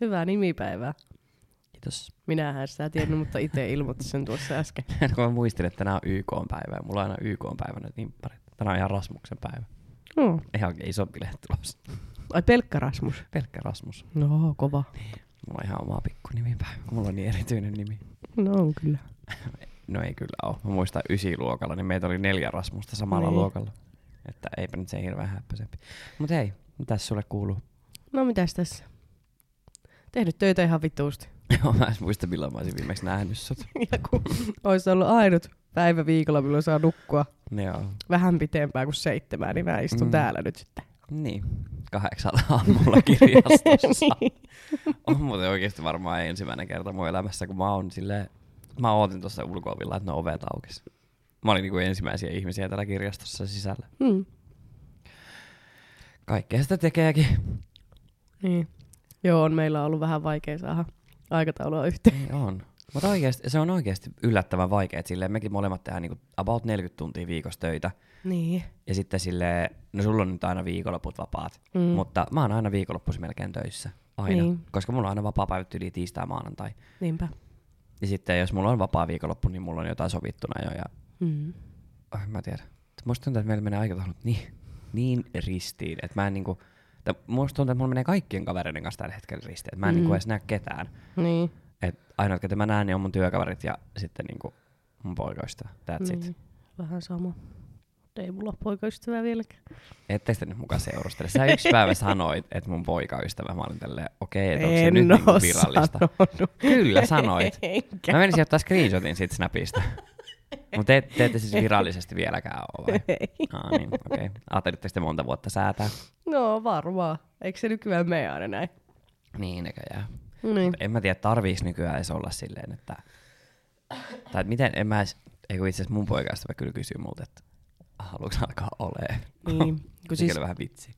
Hyvää nimipäivää. Kiitos. Minähän sitä tiennyt, mutta itse ilmoitin sen tuossa äsken. Kun mä muistelin, että tänään on YK-päivä ja mulla on aina YK-päivänä nimpparit. Tänään on ihan Rasmuksen päivä. No. Ihan isompi lehti tulossa. Ai pelkkä Rasmus. Pelkkä Rasmus. No, kova. Mulla on ihan oma pikku nimipäivä, kun mulla on niin erityinen nimi. No on kyllä. No ei kyllä ole. Mä muistan ysiluokalla, niin meitä oli neljä Rasmusta samalla Niin. luokalla. Että eipä nyt se hirveän häppäisempi. Mut hei, mitäs sulle kuuluu? No mitäs tässä? Tehnyt töitä ihan vituusti. Joo, mä en edes muista milloin mä olisin viimeksi nähnyt sut. Ja kun olisi ollut ainut päivä viikolla, milloin saa nukkua No Joo. vähän pitempään kuin seitsemään, niin mä istun Mm. mm. täällä nyt sitten. Niin, kahdeksalla aamulla kirjastossa. on muuten oikeasti varmaan ensimmäinen kerta mun elämässä, kun mä oon silleen, mä ootin tuossa ulkoovilla, että ne ovet aukesi. Mä olin niinku ensimmäisiä ihmisiä täällä kirjastossa sisällä. Mm. Kaikkea sitä tekeekin. Niin. Joo, on meillä ollut vähän vaikea saada aikataulua yhteen. Ei on. Mutta oikeasti, se on oikeasti yllättävän vaikea, että silleen mekin molemmat tehdään niinku about 40 tuntia viikossa töitä. Niin. Ja sitten silleen, no sulla on nyt aina viikonloput vapaat, Mm. mm. mutta mä oon aina viikonloppuisin melkein töissä. Aina. Niin. Niin. Koska mulla on aina vapaa-päivät yli tiistai maanantai. Niinpä. Ja sitten jos mulla on vapaa viikonloppu, niin mulla on jotain sovittuna jo. Ja, Mm. oh, mä tiedän. Musta tuntuu, että meillä menee aikataulut niin, niin ristiin, että mä en niinku... Tai musta tuntuu, että mulla menee kaikkien kavereiden kanssa tällä hetkellä ristiin. että Mä en mm. niinku Mm. edes näe ketään. Niin. Et ainoat, ketä mä näen, niin on mun työkaverit ja sitten niinku mun poikoista. That's niin. it. Niin. Vähän sama. Mut Ei mulla ole poikaystävää vieläkään. Ette sitä nyt mukaan seurustele. Sä yksi päivä sanoit, että mun poikaystävä. Mä olin tälleen, okei, okay, onko se En nyt niinku oo virallista? sanonut. Kyllä sanoit. Enkä. Mä menisin ottaa screenshotin siitä Snapista. Mutta te, te ette siis virallisesti vieläkään ole vai? Ei. Ah, niin, okei. Okay. Ajattelitte sitten monta vuotta säätää. No varmaan. Eikö se nykyään mene aina näin? Niin näköjään. Niin. En mä tiedä, tarviiks nykyään edes olla silleen, että... Tai että miten, en mä edes... Ei kun itse asiassa mun poikaista kyllä kysyy multa, että haluatko alkaa olee. Niin, kun Kun siis- siis... vähän vitsi.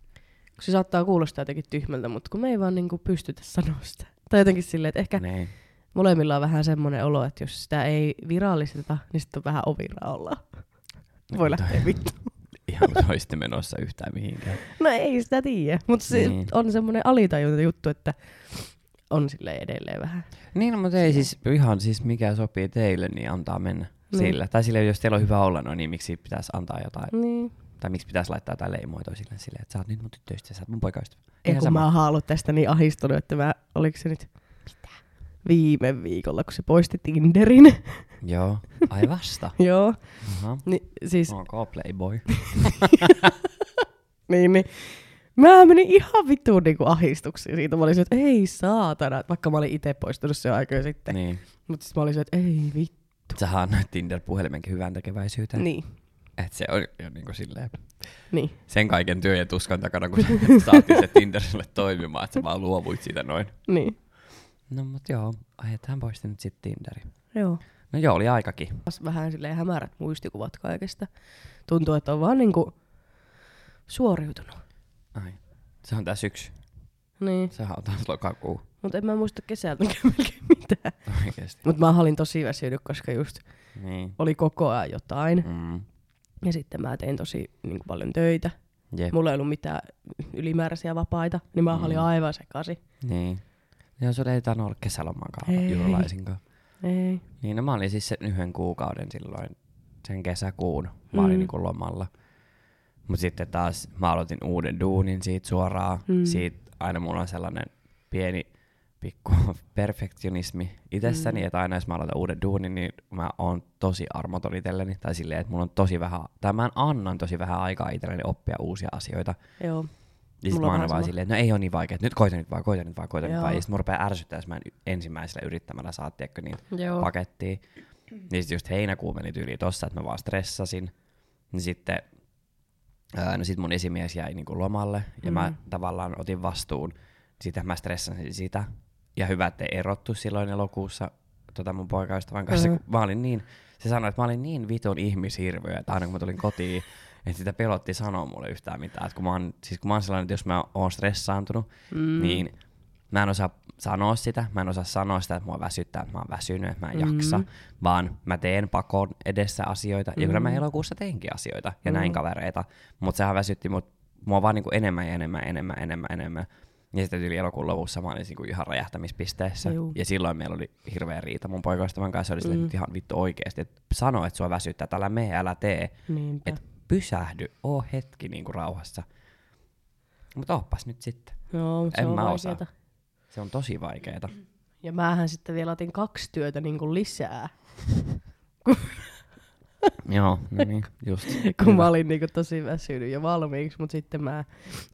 Kun se saattaa kuulostaa jotenkin tyhmältä, mutta kun me ei vaan niinku pystytä sanoa sitä. Tai jotenkin silleen, että ehkä ne. Niin. molemmilla on vähän semmoinen olo, että jos sitä ei virallisteta, niin sitten on vähän ovira olla. Voi mutta- lähteä vittu. Ihan kuin se olisi sitten menossa yhtään mihinkään. No ei sitä tiedä, mutta se Niin. niin. on semmoinen alitajunta juttu, että on sille edelleen vähän. Niin, mutta ei siis ihan siis mikä sopii teille, niin antaa mennä Niin. sillä. Tai sille, jos teillä on hyvä olla, no niin miksi pitäisi antaa jotain, Niin. tai miksi pitäisi laittaa jotain leimoa toisille silleen, että sä oot nyt mun tyttöystä, sä oot mun poikaystävä. Ei Ihan kun sama. mä oon ollut tästä niin ahistunut, että mä, oliko se nyt Mitä? viime viikolla, kun se poisti Tinderin. Joo, ai vasta. Joo, Aha. niin siis, no. Ok, playboy. niin, niin. Mä menin ihan vittuun niinku ahistuksiin siitä. Mä olisin, että ei saatana, vaikka mä olin itse poistunut se aikoja sitten. Niin. niin. Mutta siis mä olisin, että ei vittu. Sähän annoit Tinder-puhelimenkin hyvän tekeväisyyteen. Niin, Et se on jo niinku silleen niin. sen kaiken työn ja tuskan takana, kun sä saatiin se Tinder sulle toimimaan, että sä vaan luovuit siitä noin. niin. No mut joo, ajetaan pois nyt sit Tinderi. Joo. No joo, oli aikakin. Taas vähän silleen hämärät muistikuvat kaikesta. Tuntuu, että on vaan niinku suoriutunut. Ai. Se on tää syksy. Niin, Sehän on taas lokakuu. mutta en mä muista kesältäkään melkein mitään. Oikeesti. Mutta mä olin tosi väsynyt, koska just Niin. oli koko ajan jotain. Mm. Ja sitten mä tein tosi niin kuin, paljon töitä. Jep. Mulla ei ollut mitään ylimääräisiä vapaita, niin mä Mm. mm. olin aivan sekaisin. Niin. Joo, sulla ei tainnut olla kesälomankaan Ei. juuri laisinkaan. Ei. Niin, no mä olin siis sen yhden kuukauden silloin, sen kesäkuun, mä olin Mm. niinku lomalla. Mut sitten taas mä aloitin uuden duunin siitä suoraan. Mm. Mm. Siitä aina mulla on sellainen pieni pikku perfektionismi itsessäni, mm. että aina jos mä aloitan uuden duunin, niin mä oon tosi armoton itselleni. Tai silleen, että mulla on tosi vähän, tai mä annan tosi vähän aikaa itselleni oppia uusia asioita. Joo. Ja sit Mulla mä on aina vähän vaan sama. silleen, että no ei ole niin vaikea, että nyt koita nyt vaan, koita nyt vaan, koita nyt Joo. vaan. Ja sit mun rupeaa ärsyttää, jos mä en y- ensimmäisellä yrittämällä saa, tiedätkö, niitä Joo. pakettiin. Niin sitten just heinäkuu meni tyyli tossa, että mä vaan stressasin. Niin sitten ää, no sit mun esimies jäi niinku lomalle ja mm. mä tavallaan otin vastuun. Sitten mä stressasin sitä. Ja hyvä, ettei erottu silloin elokuussa tota mun poikaystävän kanssa. Mm. Mm. Kun mä olin niin, se sanoi, että mä olin niin vitun ihmishirviö, että aina kun mä tulin kotiin, että sitä pelotti sanoa mulle yhtään mitään. Et kun mä oon, siis kun mä oon sellainen, että jos mä oon stressaantunut, mm. niin mä en osaa sanoa sitä, mä en osaa sanoa sitä, että mua väsyttää, että mä oon väsynyt, että mä en mm. jaksa, vaan mä teen pakon edessä asioita. Ja kyllä mä elokuussa teinkin asioita ja näin kavereita, mutta sehän väsytti mut, mua vaan niinku enemmän ja enemmän, enemmän, enemmän, enemmän. Ja sitten yli elokuun lopussa mä olin niinku ihan räjähtämispisteessä. Juu. Ja silloin meillä oli hirveä riita mun poikaystävän kanssa. Se oli mm. Mm. nyt ihan vittu oikeesti. Et sano, että sua väsyttää, että älä mene, älä tee. Niinpä. Et pysähdy, oo hetki niinku rauhassa. Mutta oppas nyt sitten. Joo, mut se en on mä vaikeeta. osaa. Se on tosi vaikeeta. Ja määhän sitten vielä otin kaksi työtä niin kuin lisää, Joo, no niin, just. kun mä olin niin kuin tosi väsynyt jo valmiiksi, mutta sitten mä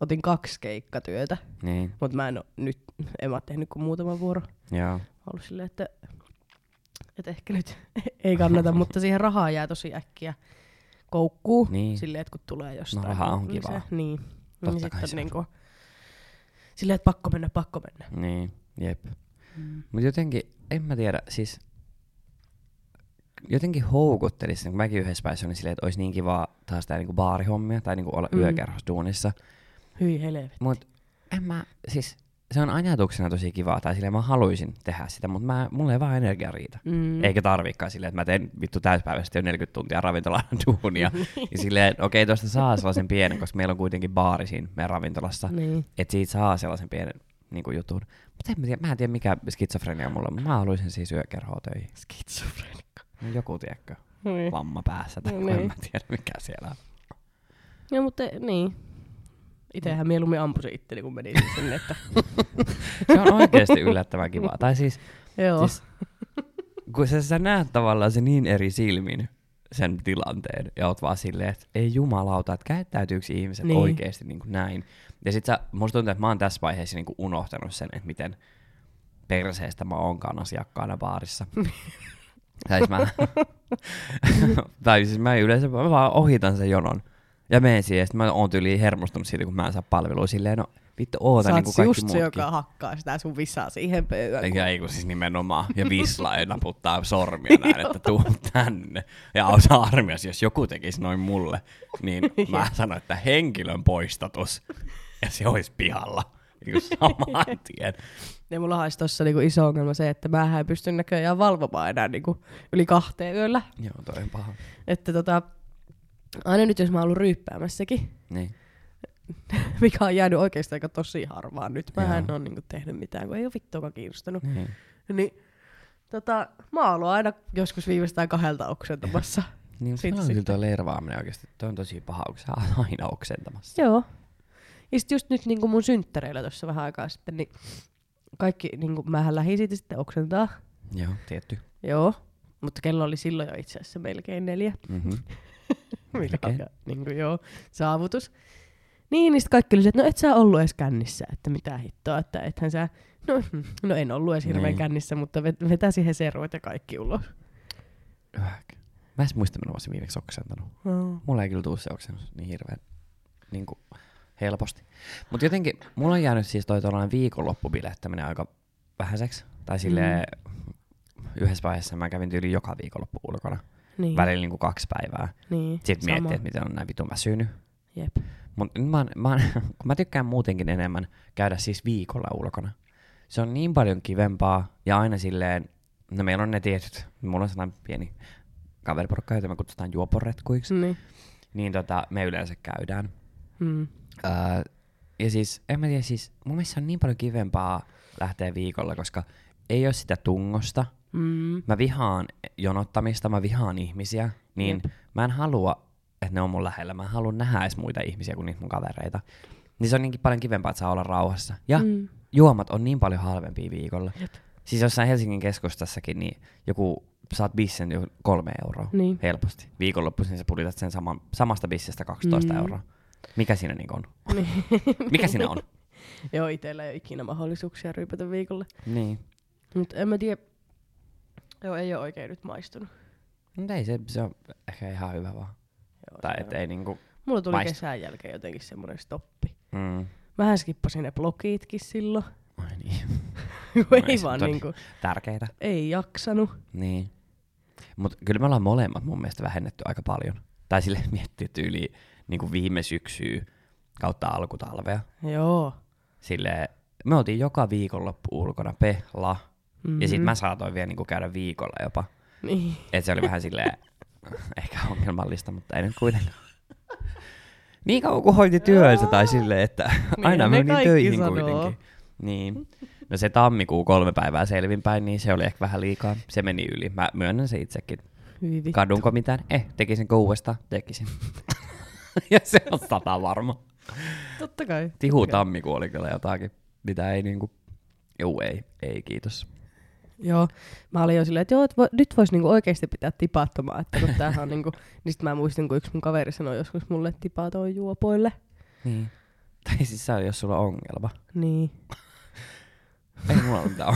otin kaksi keikkatyötä. Niin, Mutta mä en oo nyt, en mä oo tehnyt kuin muutama vuoro. Mä joo. oon ollut silleen, että, että ehkä nyt ei kannata, mutta siihen rahaa jää tosi äkkiä koukkuu. Niin. Silleen, että kun tulee jostain. No, raha on niin se- kivaa. Niin. Totta niin kai sitten se on. niin kuin, silleen, että pakko mennä, pakko mennä. Niin, jep. Mutta jotenkin, en mä tiedä, siis jotenkin houkuttelisi, kun mäkin yhdessä päässä niin silleen, että olisi niin kivaa taas tää niinku baarihommia tai niinku olla Mm. mm. yökerhossa duunissa. Hyi helvetti. Mut en mä, siis se on ajatuksena tosi kivaa tai silleen mä haluaisin tehdä sitä, mutta mä, mulla ei vaan energia riitä. Mm. Eikä tarvikaan silleen, että mä teen vittu täyspäiväisesti jo 40 tuntia ravintolan duunia. ja silleen, että okei, tosta saa sellaisen pienen, koska meillä on kuitenkin baari siinä meidän ravintolassa. Niin. Että siitä saa sellaisen pienen niin kuin jutun. Mutta en mä tiedä, mä en tiedä mikä skitsofrenia mulla on. Mä haluaisin siis yökerhoa töihin. Skitsofrenikko. No joku, tiedätkö, Niin. vamma päässä tai No no, niin. en mä tiedä mikä siellä on. Ja mutta niin. Itsehän mieluummin ampusin itteni, kun menin sinne, että Se on oikeasti yllättävän kivaa. Tai siis, joo. siis kun sä, sä näet tavallaan se niin eri silmin sen tilanteen ja oot vaan silleen, että ei jumalauta, että käyttäytyykö ihmiset Niin. niin. oikeasti niin kuin näin. Ja sit sä, musta tuntuu, että mä oon tässä vaiheessa niin kuin unohtanut sen, että miten perseestä mä oonkaan asiakkaana baarissa. tai siis mä, tai siis mä yleensä mä vaan ohitan sen jonon. Ja menen siihen, ja sit mä oon tyyliin hermostunut siitä, kun mä en saa palvelua silleen, no vittu oota Sä niin oot kuin se kaikki just se, muutkin. joka hakkaa sitä sun visaa siihen pöydään. Eikä, ei kun siis nimenomaan. Ja visla ei naputtaa sormia näin, että tuu tänne. Ja osa armias, jos joku tekisi noin mulle, niin mä sanoin, että henkilön poistatus. Ja se olisi pihalla. Niin saman tien. Ja mulla olisi tossa niinku iso ongelma se, että mä en pysty näköjään valvomaan enää niinku yli kahteen yöllä. Joo, toi on paha. Että tota, aina nyt jos mä oon ollut ryyppäämässäkin, Niin. mikä on jäänyt oikeastaan aika tosi harvaan nyt. Mä en Joo. ole niinku tehnyt mitään, kun ei ole vittuakaan kiinnostanut. niin. Niin, tota, mä oon ollut aina joskus viimeistään kahdelta oksentamassa. Siitä Niin, Siitä on kyllä sitten. toi leirvaaminen oikeasti. Toi on tosi paha, kun sä oot aina oksentamassa. Joo. Ja sit just nyt niin mun synttäreillä tuossa vähän aikaa sitten, niin kaikki, niin kuin, mähän lähdin siitä sitten oksentaa. Joo, tietty. Joo. Mutta kello oli silloin jo itse asiassa melkein neljä. Mm-hmm. Mikä on Melkein. aika, niin kuin, joo, saavutus. Niin, niin sit kaikki oli se, että no et sä ollut edes kännissä, että mitä hittoa, että ethän sä... No, mm, no en ollut edes hirveän Niin. kännissä, mutta vet- vetä siihen seruet ja kaikki ulos. Mä en muista, milloin mä olisin viimeksi oksentanut. Mm. Mulla ei kyllä tuu se oksennus niin hirveän niin kuin helposti. Mutta jotenkin mulla on jäänyt siis toi tuollainen viikonloppubilettäminen aika vähäiseksi. Tai silleen Mm. yhdessä vaiheessa mä kävin tyyli joka viikonloppu ulkona. Niin, Välillä niin kuin kaksi päivää. niin, Sitten sama. miettii, että miten on näin vitun väsynyt. Jep. Mutta mä, oon- mä, oon- kun mä tykkään muutenkin enemmän käydä siis viikolla ulkona. Se on niin paljon kivempaa ja aina silleen, no meillä on ne tietyt, mulla on sellainen pieni kaveriporukka, jota me kutsutaan juoporetkuiksi, Niin. niin tota, me yleensä käydään. Mm. Öö, ja siis, en mä tiedä, siis mun mielestä se on niin paljon kivempaa lähteä viikolla, koska ei ole sitä tungosta. Mm. Mä vihaan jonottamista, mä vihaan ihmisiä, niin Jep. Jep. mä en halua, että ne on mun lähellä. Mä en halua nähdä edes muita ihmisiä kuin niitä mun kavereita. Niin se on niinkin paljon kivempaa, että saa olla rauhassa. Ja mm. Mm. juomat on niin paljon halvempia viikolla. Jep. Siis jossain Helsingin keskustassakin, niin joku saat bissen jo kolme euroa Niin. helposti. Viikonloppuisin sä pulitat sen saman, samasta bissestä 12 Mm. mm. euroa. Mikä siinä niin on? Niin. Mikä siinä on? Joo, itsellä ei ole ikinä mahdollisuuksia ryypätä viikolle. Niin. Mutta en mä tiedä. Joo, ei ole oikein nyt maistunut. Mutta No ei, se, se on ehkä ihan hyvä vaan. Joo, Tai se et on. ei niinku... Mulla tuli maistu. kesän jälkeen jotenkin semmoinen stoppi. Mm. Vähän skippasin ne blogitkin silloin. Ai niin. kun No ei ei se vaan nyt ole niinku, Tärkeitä. ei jaksanut. Niin. Mutta kyllä me ollaan molemmat mun mielestä vähennetty aika paljon. Tai sille miettii tyyli niinku viime syksyä kautta alkutalvea. Joo. Sille me oltiin joka viikonloppu ulkona pehla. Mm-hmm. Ja sit mä saatoin vielä niinku käydä viikolla jopa. Niin. Et se oli vähän silleen, ehkä ongelmallista, mutta ei nyt kuitenkaan. Niin kauan kun hoiti työnsä tai silleen, että Niin, aina ne menin kaikki töihin sanoo. kuitenkin. Niin. No se tammikuu kolme päivää selvinpäin, niin se oli ehkä vähän liikaa. Se meni yli. Mä myönnän se itsekin. Hyvin vittu. Kadunko mitään? Eh, tekisin uudestaan. Tekisin. ja se on sata varma. Totta kai. Tihu tammikuu oli kyllä jotakin, mitä ei niinku... Juu, ei. Ei, kiitos. Joo, mä olin jo silleen, että joo, et vo, nyt voisi niinku oikeasti pitää tipattomaa, että kun tämähän on niinku, niin sit mä muistin, kun yksi mun kaveri sanoi joskus mulle, että tipat on juopoille. Niin. Tai siis sä, jos sulla on ongelma. Niin. Ei mulla ole mitään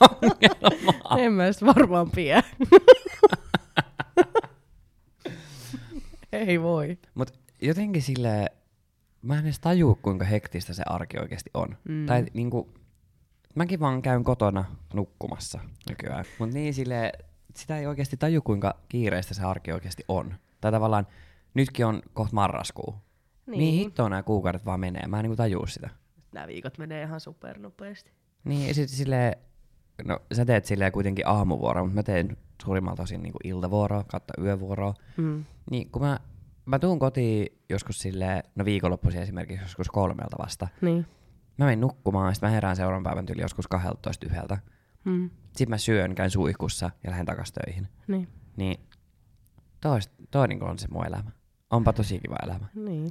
Ah. En mä sitä varmaan pidä. Ei voi. Mut jotenkin sille mä en edes tajua, kuinka hektistä se arki oikeasti on. Mm. Tai Niin. niinku, mäkin vaan käyn kotona nukkumassa nykyään. Mut niin sille sitä ei oikeasti taju, kuinka kiireistä se arki oikeasti on. Tai tavallaan, nytkin on kohta marraskuu. Niin. Mihin hittoon nämä kuukaudet vaan menee? Mä en niinku tajua sitä. Nämä viikot menee ihan supernopeasti. Niin, ja sitten silleen, no sä teet silleen kuitenkin aamuvuoroa, mutta mä teen suurimmalta osin niinku iltavuoroa kautta yövuoroa. Mm. Niin, kun mä, mä tuun kotiin joskus silleen, no viikonloppuisin esimerkiksi joskus kolmelta vasta. Niin. Mä menen nukkumaan, sitten mä herään seuraavan päivän tyyli joskus 12 yhdeltä. Mm. Sitten mä syön, käyn suihkussa ja lähden takas töihin. Niin. Niin, toi, toi niinku on se mun elämä. Onpa tosi kiva elämä. Niin.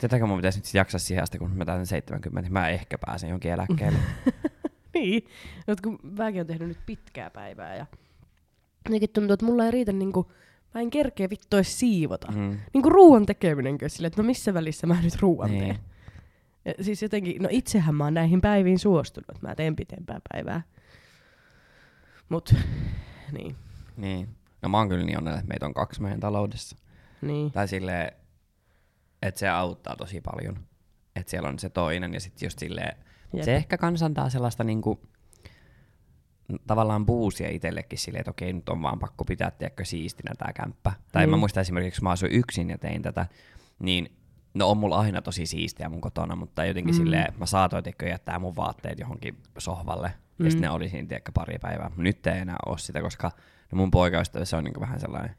Tätäkö mun pitäisi nyt sit jaksaa siihen asti, kun mä täytän 70, niin mä ehkä pääsen jonkin eläkkeelle. niin. Mut kun mäkin on tehnyt nyt pitkää päivää ja jotenkin tuntuu, että mulla ei riitä niinku, mä en kerkeä vittu edes siivota. Mm. Mm. Niinku ruoan tekeminenkö silleen, että no missä välissä mä nyt ruoan Niin. teen. Ja siis jotenkin, no itsehän mä oon näihin päiviin suostunut, että mä teen pitempää päivää. Mut, niin, Niin. No mä oon kyllä niin onnellinen, että meitä on kaksi meidän taloudessa. niin, Tai silleen, että se auttaa tosi paljon. Että siellä on se toinen ja sitten just silleen, Jep. Jep. se ehkä kansantaa sellaista niinku, n- tavallaan buusia itsellekin silleen, että okei nyt on vaan pakko pitää tiedätkö, siistinä tämä kämppä. Tai Niin. mä muistan esimerkiksi, kun mä asuin yksin ja tein tätä, niin no on mulla aina tosi siistiä mun kotona, mutta jotenkin mm. silleen mä saatoin tiedätkö, jättää mun vaatteet johonkin sohvalle. Mm. Ja sitten ne oli siinä tiedätkö, pari päivää. Nyt ei enää ole sitä, koska no mun poikaystävä se on niinku vähän sellainen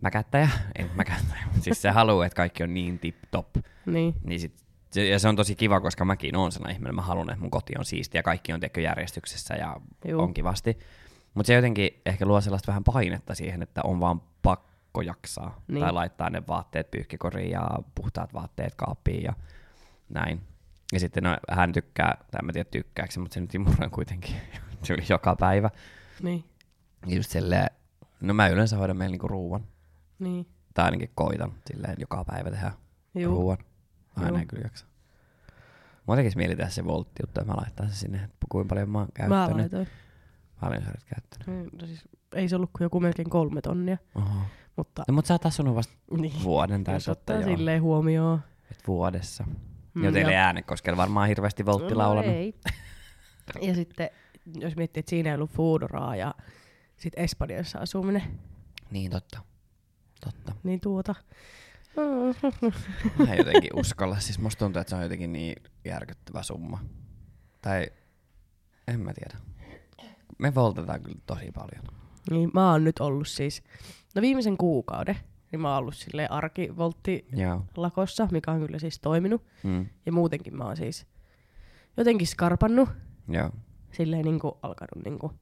mäkättäjä, ei mäkättäjä, mutta siis se haluaa, että kaikki on niin tip-top. niin, Niin sit, se, ja se on tosi kiva, koska mäkin oon sellainen ihminen, mä haluan, että mun koti on siisti ja kaikki on tekö järjestyksessä ja Juu. Juu. on kivasti. Mutta se jotenkin ehkä luo sellaista vähän painetta siihen, että on vaan pakko jaksaa. Niin. Niin. Tai laittaa ne vaatteet pyyhkikoriin ja puhtaat vaatteet kaappiin ja näin. Ja sitten no, hän tykkää, tai en mä tiedä tykkääkö, mutta se nyt imuroi kuitenkin tyyli joka päivä. niin, Ja just silleen, no mä yleensä hoidan meillä niinku ruuan. niin. Tai ainakin koitan silleen joka päivä tehdä Juu. Juu. ruoan. Aina Juu. ei kyllä jaksa. Mä tekis mieli tehdä se voltti juttu ja mä laitan sen sinne, että kuinka paljon mä oon Mä käyttänyt. laitoin. Mä olen sä olet käyttänyt. Ei, No siis, ei se ollut kuin joku melkein kolme tonnia, Oho. mutta No, mutta sä oot asunut vasta niin. vuoden tai Jos totta ottaa joo. silleen huomioon. Et vuodessa. Mm, Mm, No Joten ei ja- äänekoskella varmaan hirveästi voltti laulanut. No ei. Ja sitten, jos miettii, että siinä ei ollut Foodoraa ja sitten Espanjassa asuminen, Niin totta. Totta. niin tuota. Mä en jotenkin uskalla. Siis musta tuntuu, että se on jotenkin niin järkyttävä summa. Tai en mä tiedä. Me voltetaan kyllä tosi paljon. Niin mä oon nyt ollut siis, no viimeisen kuukauden, niin mä oon ollut silleen arkivoltti Joo. lakossa, mikä on kyllä siis toiminut. Mm. Ja muutenkin mä oon siis jotenkin skarpannut, Joo. silleen niinku alkanut niinku,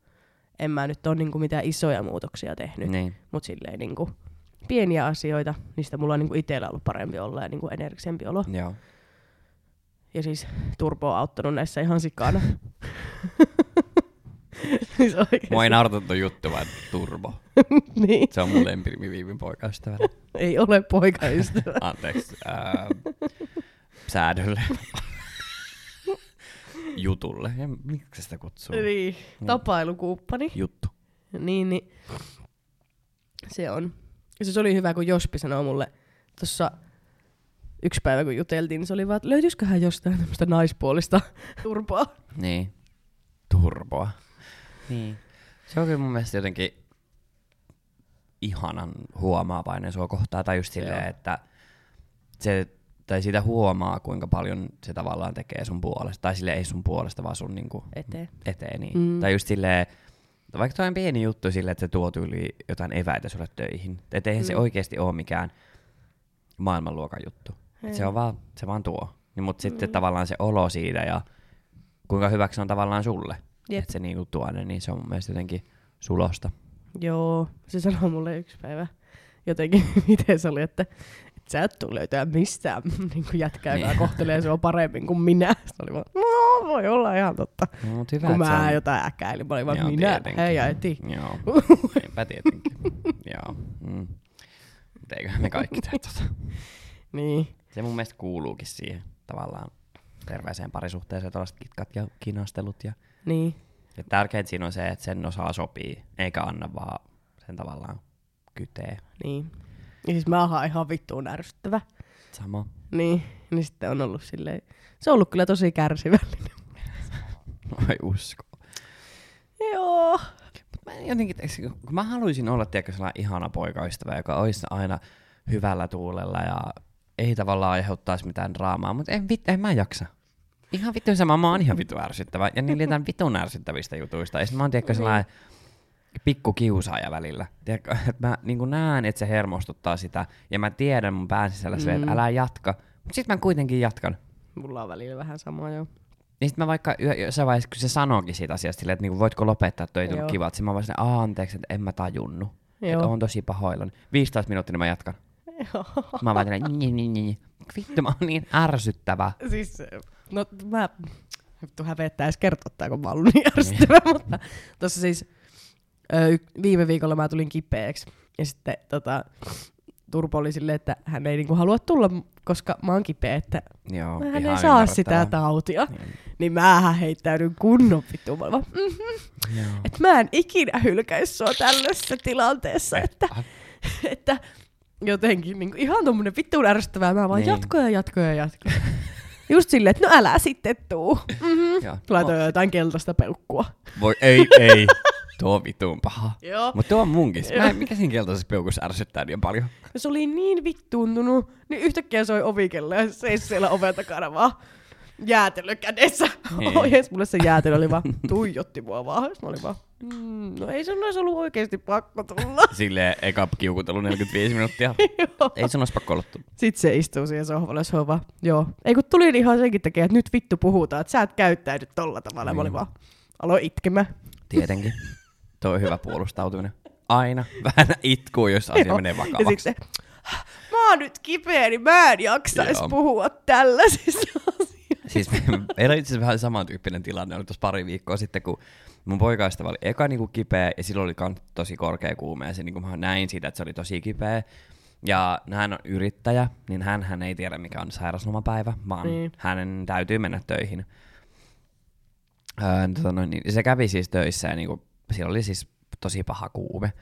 en mä nyt ole niinku mitään isoja muutoksia tehnyt. Niin. mutta silleen niinku pieniä asioita, niistä mulla on niinku itsellä ollut parempi olla ja niinku energisempi olo. Joo. Ja siis Turbo on auttanut näissä ihan sikana. siis oikeesti. Mua ei nauratuttu juttu, vaan turbo. niin. Se on mun lempinimi viimin poikaystävällä. Ei ole poikaystävä. Anteeksi. Ää, säädölle. Jutulle. Ja miksi sitä kutsuu? niin. Tapailukumppani. Juttu. Niin, niin. Se on. Ja siis oli hyvä, kun Jospi sanoi mulle tuossa yksi päivä, kun juteltiin, niin se oli vaan, että löytyisiköhän jostain tämmöistä naispuolista turpoa. Niin. Turboa. Niin. Se on kyllä mun mielestä jotenkin ihanan huomaavainen sua kohtaa. Tai just silleen, Joo. että se, tai siitä huomaa, kuinka paljon se tavallaan tekee sun puolesta. Tai sille ei sun puolesta, vaan sun niinku Eteen. eteen. Niin. Mm. Mm. Tai just silleen, vaikka toi on pieni juttu silleen, että se tuo yli jotain eväitä sulle töihin. Että eihän mm. se Mm. oikeasti ole mikään maailmanluokan juttu. Et se, Joo. on vaan, se vaan tuo. Niin, mutta sitten Mm. tavallaan se olo siitä ja kuinka hyväksi se on tavallaan sulle. Jep. Että se niinku tuo ne, niin se on mun mielestä jotenkin sulosta. Joo, se sanoi mulle yksi päivä jotenkin, miten se oli, että, että sä et tule löytää mistään niin kuin jätkää, joka Niin. kohtelee sua paremmin kuin minä. Se oli vaan, no voi olla ihan totta. No, mut hyvä, kun et se mä on- jotain äkäilin, mä olin vaan, Joo, minä, tietenkin. hei ja eti. Joo, eipä tietenkin. Joo. Mm. Mut eiköhän me kaikki tehdä tota. Niin, Se mun mielestä kuuluukin siihen tavallaan terveeseen parisuhteeseen, tuollaiset kitkat ja kinastelut. Ja, niin, ja tärkeintä siinä on se, että sen osaa sopii, eikä anna vaan sen tavallaan kytee. niin. Ja siis mä oon ihan vittuun ärsyttävä. Sama. Niin, niin sitten on ollut silleen, se on ollut kyllä tosi kärsivällinen. Ei usko. Joo. Mut Mä en jotenkin, tiiäks, kun mä haluaisin olla tiedätkö, sellainen ihana poikaystävä, joka olisi aina hyvällä tuulella ja ei tavallaan aiheuttaisi mitään draamaa, mutta en, vit, en mä jaksa. Ihan vittu sama, mä oon ihan vittu ärsyttävä. Ja niillä jotain vitun ärsyttävistä jutuista. Ja sit mä oon tiedätkö, sellainen pikku kiusaaja välillä. Tiedätkö, et mä niin näen, että se hermostuttaa sitä. Ja mä tiedän mun pään sisällä se, että älä jatka. Mutta sit mä kuitenkin jatkan. Mulla on välillä vähän sama joo. Niin sit mä vaikka yö- jossain vaiheessa, kun se sanookin siitä asiasta silleen, että niinku, voitko lopettaa, että toi ei Joo. tullut kiva, että sit mä vaan silleen, "Aa, anteeksi, että en mä tajunnut. Joo. Että oon tosi pahoillani. 15 minuuttia, niin mä jatkan. Mä vaan silleen, niin, niin, niin. Vittu, mä oon niin ärsyttävä. Siis, no mä, vittu hävettää edes kertoa tää, kun mä oon ollut niin ärsyttävä, mutta tossa siis ö, y- viime viikolla mä tulin kipeäksi ja sitten tota, Turpo oli silleen, että hän ei niinku halua tulla, koska mä oon kipeä, että Joo, hän ei ihan saa sitä ymmärrettävää. tautia. Niin mähän heittäydyn kunnon vittuun. Mä olin vaan, "Mm, Joo. että mä en ikinä hylkäisi sua tällaisessa tilanteessa, että, Ah, että jotenkin niin ihan tuommoinen vittuun ärsyttävää, mä vaan Niin. niin. jatkoja, jatkoja, jatkoja. Just silleen, että no älä sitten tuu. Mm-hmm. joo. Laitoin no. jotain keltaista peukkua. Voi, ei, ei. Tuo on vitun paha. Joo. Mut tuo on munkin. Joo. Mä en, mikä siinä keltaisessa peukussa ärsyttää niin paljon? Se oli niin vittuuntunut, niin yhtäkkiä soi ovikella ja seis siellä oven takana vaan jäätelö kädessä. Niin. Oh, yes, mulle se jäätelö oli vaan, tuijotti mua vaan. Sitten Mä olin vaan, mm, no ei sun olisi ollut oikeasti pakko tulla. Silleen eka kiukutelu 45 minuuttia. Joo. ei sun olisi pakko olla tullut. Sitten se istuu siihen sohvalle, se on vaan, joo. Ei kun tulin ihan senkin takia, että nyt vittu puhutaan, että sä et käyttäydy tolla tavalla. Mä olin vaan, aloin itkemään. Mm. Tietenkin. Tuo on hyvä puolustautuminen. Aina vähän itkuu, jos asia Joo. menee Ja vakavaksi. sitten se, mä oon nyt kipeä, niin mä en jaksais Joo. puhua tällaisista asioista. Siis meillä oli itse asiassa vähän samantyyppinen tilanne oli tuossa pari viikkoa sitten, kun mun poikaistava oli eka niinku kipeä ja silloin oli kans tosi korkea kuume ja se, niinku, mä näin siitä, että se oli tosi kipeä. Ja hän on yrittäjä, niin hän ei tiedä mikä on sairauslomapäivä, vaan Niin. niin. hänen täytyy mennä töihin. Öö, tota noin, niin se kävi siis töissä ja niinku, sillä oli siis tosi paha kuume.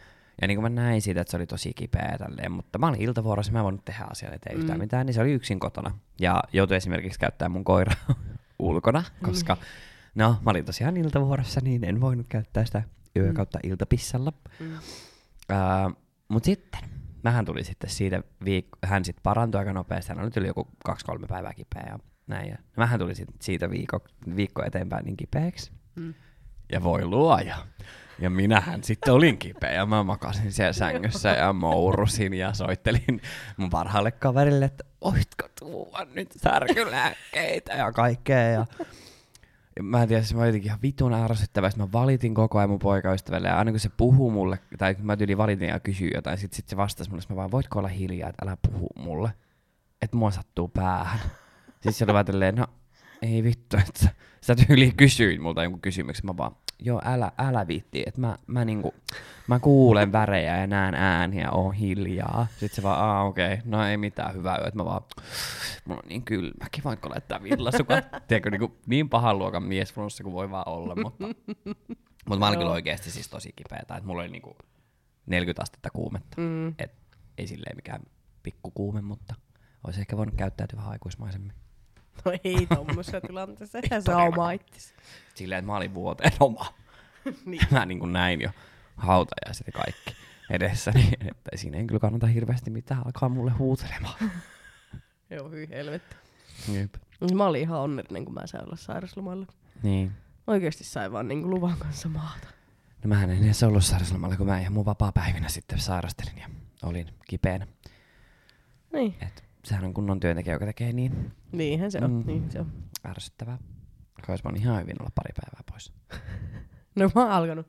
Ja niin kuin mä näin siitä, että se oli tosi kipeä ja tälleen, mutta mä olin iltavuorossa, mä en voinut tehdä asialle eteen yhtään Mm. mitään, niin se oli yksin kotona. Ja joutui esimerkiksi käyttämään mun koiraa ulkona, Mm. koska no, mä olin tosiaan iltavuorossa, niin en voinut käyttää sitä yö Mm. kautta iltapissalla. Mm. Öö, Mutta sitten, mähän tuli sitten siitä, viik- hän sitten parantui aika nopeasti, hän oli yli joku kaksi-kolme päivää kipeä ja näin. Ja mähän tuli sitten siitä viikko, viikko eteenpäin niin kipeäksi. Mm. Ja voi luoja. Ja minähän sitten olin kipeä ja mä makasin siellä sängyssä ja mourusin ja soittelin mun parhaalle kaverille, että oitko tuoda nyt särkylääkkeitä ja kaikkea. Ja ja mä en tiedä, se mä olin jotenkin ihan vitun ärsyttävä. Sitten mä valitin koko ajan mun poikaystävälle ja aina kun se puhuu mulle, tai kun mä tyyli valitin ja kysyin jotain, sit, sit se vastasi mulle, sit mä vaan, voitko olla hiljaa, että älä puhu mulle, että mua sattuu päähän. Sitten se oli vaan tälleen, no ei vittu, että sä tyyli kysyit multa jonkun kysymyksen, mä vaan, joo älä, älä viitti, että mä, mä, niinku, mä kuulen värejä ja näen ääniä, oon hiljaa. Sitten se vaan, aa okei, okay. no ei mitään, hyvää yötä, mä vaan, mulla on niin kylmäkin, voinko laittaa villasukat? Tiedätkö, niin, niin pahan luokan mies flunssa kuin voi vaan olla, mutta, mutta mä olin kyllä oikeasti siis tosi kipeä, tai että mulla oli niinku 40 astetta kuumetta. Mm. Et ei silleen mikään pikkukuume, mutta olisi ehkä voinut käyttäytyä vähän aikuismaisemmin. No ei tommosessa tilanteessa, eihän saa todellakaan. oma itsesi. Silleen, että mä olin vuoteen oma. Niin. Mä niin kuin näin jo hautajaiset ja kaikki edessäni, että siinä ei kyllä kannata hirveästi mitään alkaa mulle huutelemaan. Joo, hyi helvetti. Jep. Mut Mä olin ihan onnellinen, kun mä sain olla sairaslomalla. Niin. Oikeasti sain vaan niinku luvan kanssa maata. No mä en edes ollut sairauslomalla, kun mä ihan mun vapaa-päivinä sitten sairastelin ja olin kipeänä. Niin. Et sehän on kunnon työntekijä, joka tekee niin Niinhän se on. Mm. Mm. Niin, se on. ärsyttävää. Olisi voinut ihan hyvin olla pari päivää pois. No mä oon alkanut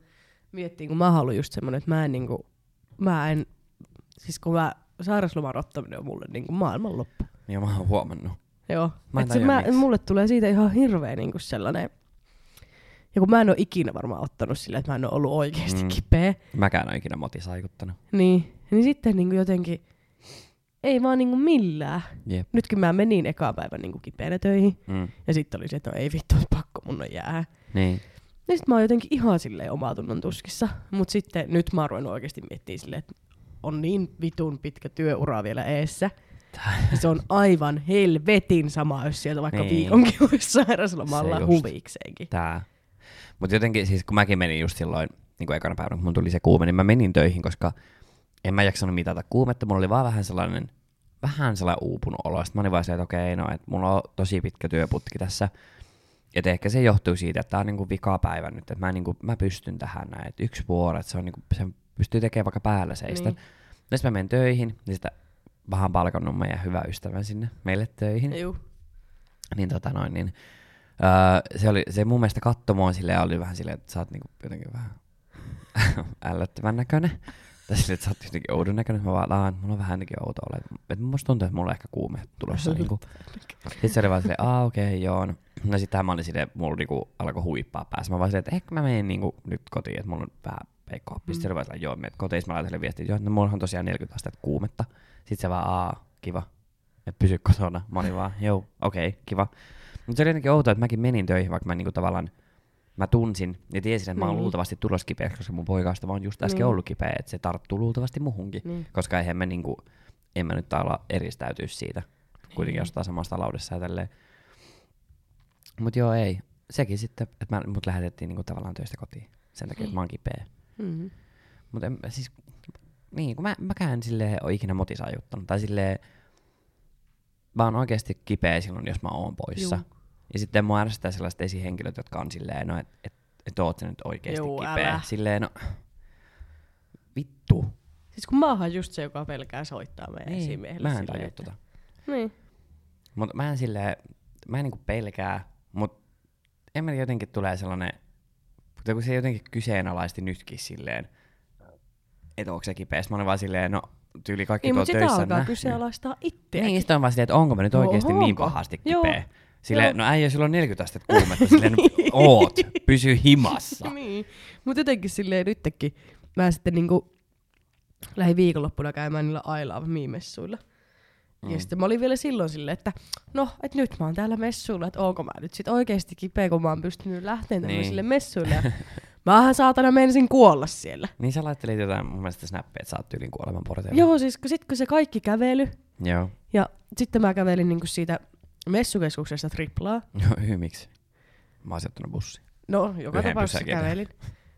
miettiä, kun mä haluan just semmonen, että mä en niinku, mä en, siis kun mä, sairasloman ottaminen on mulle niinku maailmanloppu. Niin mä oon huomannut. Joo. Mä en Et se, tajua, mä, miksi. mulle tulee siitä ihan hirveä niinku sellainen, ja kun mä en ole ikinä varmaan ottanut sillä, että mä en ole ollut oikeasti Mm. mm. kipeä, Mäkään en ole ikinä motisaikuttanut. niin, niin sitten niinku jotenkin, ei vaan niinku millään. Jep. Nytkin mä menin ekaan päivän niinku kipeänä töihin, Mm. ja sitten oli se, että no ei vittu, pakko mun on jää. Niin. Ja sit mä oon jotenkin ihan silleen omaa tunnon tuskissa. Mut sitten nyt mä oon ruvennut oikeesti miettiä silleen, että on niin vitun pitkä työura vielä eessä. Ja se on aivan helvetin sama, jos sieltä vaikka Niin. niin. viikonkin olisi sairaslomalla Se just. huvikseenkin. Tää. Mutta jotenkin siis kun mäkin menin just silloin, niin kuin ekana päivänä, kun mun tuli se kuume, niin mä menin töihin, koska en mä jaksanut mitata kuumetta. Mulla oli vaan vähän sellainen, vähän sellainen uupunut olo. Sitten mä olin vaan se, että okei, no, että mulla on tosi pitkä työputki tässä. Et ehkä se johtuu siitä, että tämä on niinku vikapäivä nyt, että mä, niinku, mä pystyn tähän näin, että yksi vuoro, että se on niinku, sen pystyy tekemään vaikka päällä seistä. Niin. Niin. Sitten mä menen töihin, niin sitä vähän palkannut meidän hyvä ystävän sinne meille töihin Juu. niin tota noin, niin öö, se, oli, se mun mielestä kattomoon silleen oli vähän silleen, että sä oot niinku jotenkin vähän ällöttävän näköinen. Tai silleen, että sä oot jotenkin oudon näköinen. Mä vaan, että mulla on vähän jotenkin outo ole. Että musta tuntuu, että mulla on ehkä kuume tulossa. niinku. Sitten se oli vaan silleen, aa okei, okay, joo. No no sitten mä olin silleen, mulla niinku alkoi huippaa päässä. Mä vaan silleen, että ehkä mä menen niinku nyt kotiin, että mulla on vähän peikkoa. Mm. Sitten se oli vaan silleen, joo, menet kotiin. Sitten mä laitan sille viestiä, että joo, no mulla on tosiaan 40 astetta kuumetta. Sitten se vaan, aa, kiva. Että pysy kotona. Mä olin vaan, joo, okei, okay, kiva. Mutta se oli jotenkin outoa, että mäkin menin töihin, vaikka mä niinku tavallaan mä tunsin ja tiesin, että mä oon Niin. luultavasti tulos kipeäksi, koska mun poikaasta vaan just äsken Niin. ollut kipeä, että se tarttuu luultavasti muhunkin. Niin. Koska eihän me niinku, en mä nyt tää olla eristäytyä siitä, kuitenkin Ei. jostain samasta taloudessa ja tälleen. Mut joo, ei. Sekin sitten, että mä- mut lähetettiin niinku tavallaan töistä kotiin sen takia, Niin. että mä oon kipeä. Mm-hmm. Mutta siis, niin kun mä, mäkään en silleen ole ikinä motisaajuttanut. Tai silleen, mä oon oikeasti kipeä silloin, jos mä oon poissa. Juu. Juu. Ja sitten mua ärsyttää sellaiset esihenkilöt, jotka on silleen, no et, et, et oot sä nyt oikeasti Juu, kipeä. älä. Silleen, no vittu. Siis kun mä oon just se, joka pelkää soittaa meidän Niin, esimiehelle. mä en silleen, tajua että- tota. Niin. Mutta mä en silleen, mä en niinku pelkää, mut en mä tiedä, jotenkin tulee sellainen, mutta kun se jotenkin kyseenalaisti nytkin silleen, että onko se kipeä. Sit Mä olin vaan silleen, no tyyli kaikki Niin, tuo mut sitä töissä on alkaa nähnyt. kyseenalaistaa itseä. Niin, sitten on vaan silleen, että onko mä nyt No, oikeasti niin onko? pahasti Joo. kipeä. Silleen, Joo. no äijä, sulla on 40 astetta kuumetta. Silleen, no, oot, pysy himassa. Niin. Mutta jotenkin silleen nytkin mä sitten niinku lähdin viikonloppuna käymään niillä I Love Me-messuilla. Mm. Ja sitten mä olin vielä silloin silleen, että no, et nyt mä oon täällä messuilla, että onko mä nyt sit oikeesti kipeä, kun mä oon pystynyt lähteen tämmöisille Niin. niin. messuille. Ja mähän saatana menisin kuolla siellä. Niin sä laittelit jotain mun mielestä snappia, että sä oot tyylin kuoleman porteilla. Joo, siis kun, sit kun se kaikki kävely, Joo. ja sitten mä kävelin niinku siitä messukeskuksesta triplaa, Joo, hyy, miksi? Mä oon sijoittanut bussi. no joka Yhden tapauksessa pysäkin. kävelin.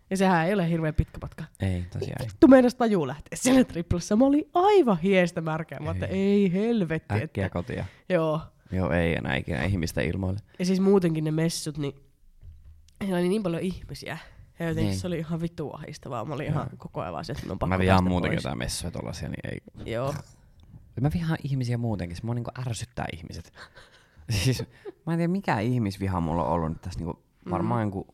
Ja sehän ei ole hirveän pitkä matka. Ei, tosiaan. Vittu meinas taju lähteä siellä triplassa. Mä olin aivan hiestä märkää. Mä että Ei. ei helvetti. ei. Äkkiä Että, kotia. joo. Joo, ei enää ikinä ihmistä ilmoille. Ja siis muutenkin ne messut, niin siellä oli niin paljon ihmisiä. Ja jotenkin Niin. niin. se oli ihan vittu ahistavaa. Mä olin ihan koko ajan vaan se, että mun on pakko Mä vihaan päästä muutenkin pois. jotain messuja tollasia, niin ei. Joo. Mä vihaan ihmisiä muutenkin, se mua niinku ärsyttää ihmiset. siis, mä en tiedä mikä ihmisviha mulla on ollut nyt tässä niinku, varmaan mm. joku,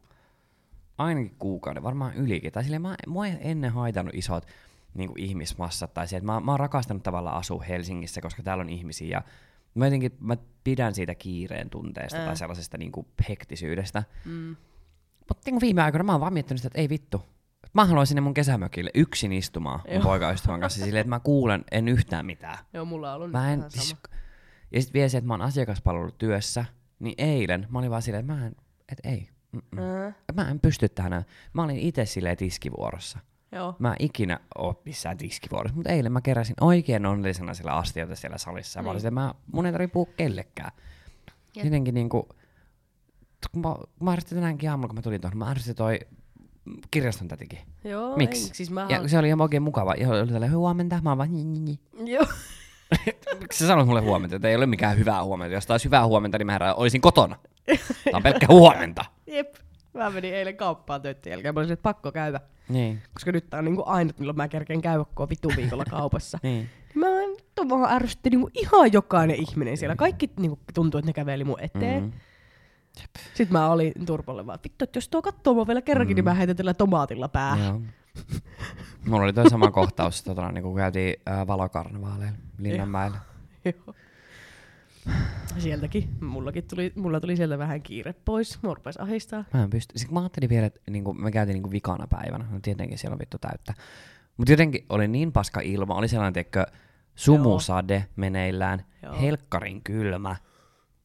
ainakin kuukauden, varmaan ylikin. Tai silleen, mä, mua ei ennen haitannut isot niinku, ihmismassat tai se, että mä, mä oon rakastanut tavallaan asua Helsingissä, koska täällä on ihmisiä. Ja mä jotenkin mä pidän siitä kiireen tunteesta tai sellaisesta niinku, hektisyydestä. Mm. Mutta niinku viime aikoina mä oon vaan miettinyt sitä, että ei vittu. Mä haluan sinne mun kesämökille yksin istumaan mun Joo. poikaystävän kanssa silleen, että mä kuulen, en yhtään mitään. Joo, mulla on ollut Mä nyt en, vähän siis, sama. ja sitten vielä se, että mä oon asiakaspalvelutyössä, niin eilen mä olin vaan silleen, että mä en, et ei. Mm-mm. Ää, Mä en pysty tähän. näin. Mä olin itse silleen tiskivuorossa. joo. Mä en ikinä oo missään tiskivuorossa, mutta eilen mä keräsin oikein onnellisena siellä astioita siellä salissa. Ja mä olin Niin. silleen, mä, mun ei tarvi puhua kellekään. Jep. Jotenkin niinku, kun mä, mä ärsytin tänäänkin aamulla, kun mä tulin tuohon, mä ärsytin toi kirjaston tätikin. Joo, Miksi? En, siis mä Ja hal... se oli ihan oikein mukava. Ja oli tälleen, huomenta. Mä oon vaan, "Nyi, nyi, nyi." Joo. Miksi sä sanot mulle huomenta, että ei ole mikään hyvää huomenta. Jos tää olisi hyvää huomenta, niin mä herään, olisin kotona. Tää on pelkkä huomenta. Jep. Mä menin eilen kauppaan töiden jälkeen. Mä olisin, että pakko käydä. Niin. Koska nyt tää on niinku ainut, milloin mä kerkeen käydä, kun on vitu viikolla kaupassa. Niin. Mä en vittu mua ärsytti niinku ihan jokainen ihminen siellä. Kaikki niinku tuntuu, että ne käveli mun eteen. Mm. Sitten mä olin turpolle vaan, vittu, että jos tuo kattoo mua vielä kerrankin, niin mä heitän tällä tomaatilla päähän. Joo. Mulla oli toi sama kohtaus, totona, niin kun käytiin ää, valokarnevaaleilla Linnanmäellä. Joo. Sieltäkin. Mullakin tuli, mulla tuli sieltä vähän kiire pois. Mua rupesi ahistaa. Mä en pysty. Sitten mä ajattelin vielä, että niin me käytiin niin vikana päivänä. No tietenkin siellä on vittu täyttä. Mutta jotenkin oli niin paska ilma. Oli sellainen, tiedätkö, sumusade Joo. meneillään, Joo. Joo. helkkarin kylmä.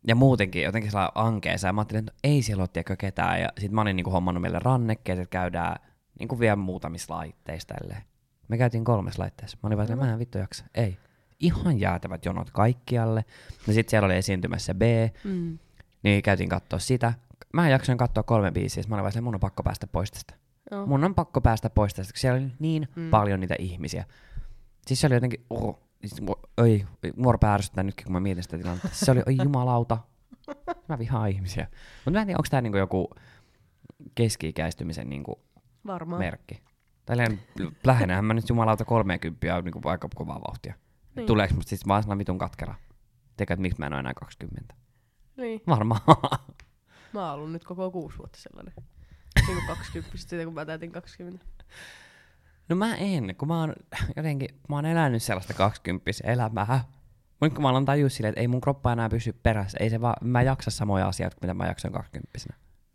Ja muutenkin jotenkin sellainen ankeessa. Ja mä ajattelin, että no ei siellä ole tiedätkö, ketään. Ja sit mä olin niin hommannut meille rannekkeet, että käydään niin vielä muutamissa laitteissa tälleen. Me käytiin kolmessa laitteessa. Mä olin vaan, että mä en vittu jaksa. Ei. Ihan jäätävät jonot kaikkialle. Ja sit siellä oli esiintymässä B. Mm. Niin käytiin katsoa sitä. Mä jaksoin katsoa kolme biisiä, sit mä olin vaan silleen, mun on pakko päästä pois tästä. Joo. Mun on pakko päästä pois tästä, koska siellä oli niin Mm. mm. paljon niitä ihmisiä. Siis se oli jotenkin, oh, siis mua- ei, mua rupeaa ärsyttää nytkin, kun mä mietin sitä tilannetta. Se oli, oi jumalauta, mä vihaan ihmisiä. Mutta mä en tiedä, onko tää niinku joku keski-ikäistymisen niinku Varmaan. merkki. Tälleen lähenähän mä nyt jumalauta 30 on niinku aika kovaa vauhtia. Niin. Niin. Tuleeko musta siis vaan sellainen vitun katkera? Tiedätkö, että miksi mä en ole enää 20? Niin. Varmaan. Mä oon ollut nyt koko kuusi vuotta sellainen. Niin kuin 20, siitä kun mä täytin 20. No mä en, kun mä oon jotenkin, mä oon elänyt sellaista 20 elämää. Mutta kun mä alan tajua silleen, että ei mun kroppa enää pysy perässä, ei se vaan, mä en jaksa samoja asioita, mitä mä jaksoin 20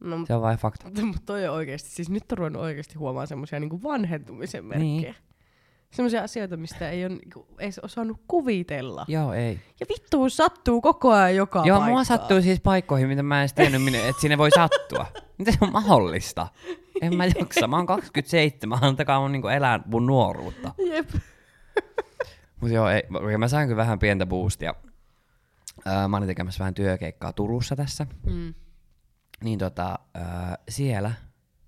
No, Se on vain fakta. mutta mut toi on oikeesti, siis nyt on ruvennut oikeesti huomaa semmosia niinku vanhentumisen Niin. merkkejä. Semmoisia asioita, mistä ei ole niinku, edes osannut kuvitella. Joo, ei. Ja vittu, sattuu koko ajan joka Joo, paikkaan. mua sattuu siis paikkoihin, mitä mä en edes tiennyt, minne, että sinne voi sattua. Miten se on mahdollista? En mä jaksa. Mä oon 27, antakaa mun niinku elää mun nuoruutta. Jep. Mut joo, ei, okei, mä sain kyllä vähän pientä boostia. Öö, mä olin tekemässä vähän työkeikkaa Turussa tässä. Mm. niin tota, äh, siellä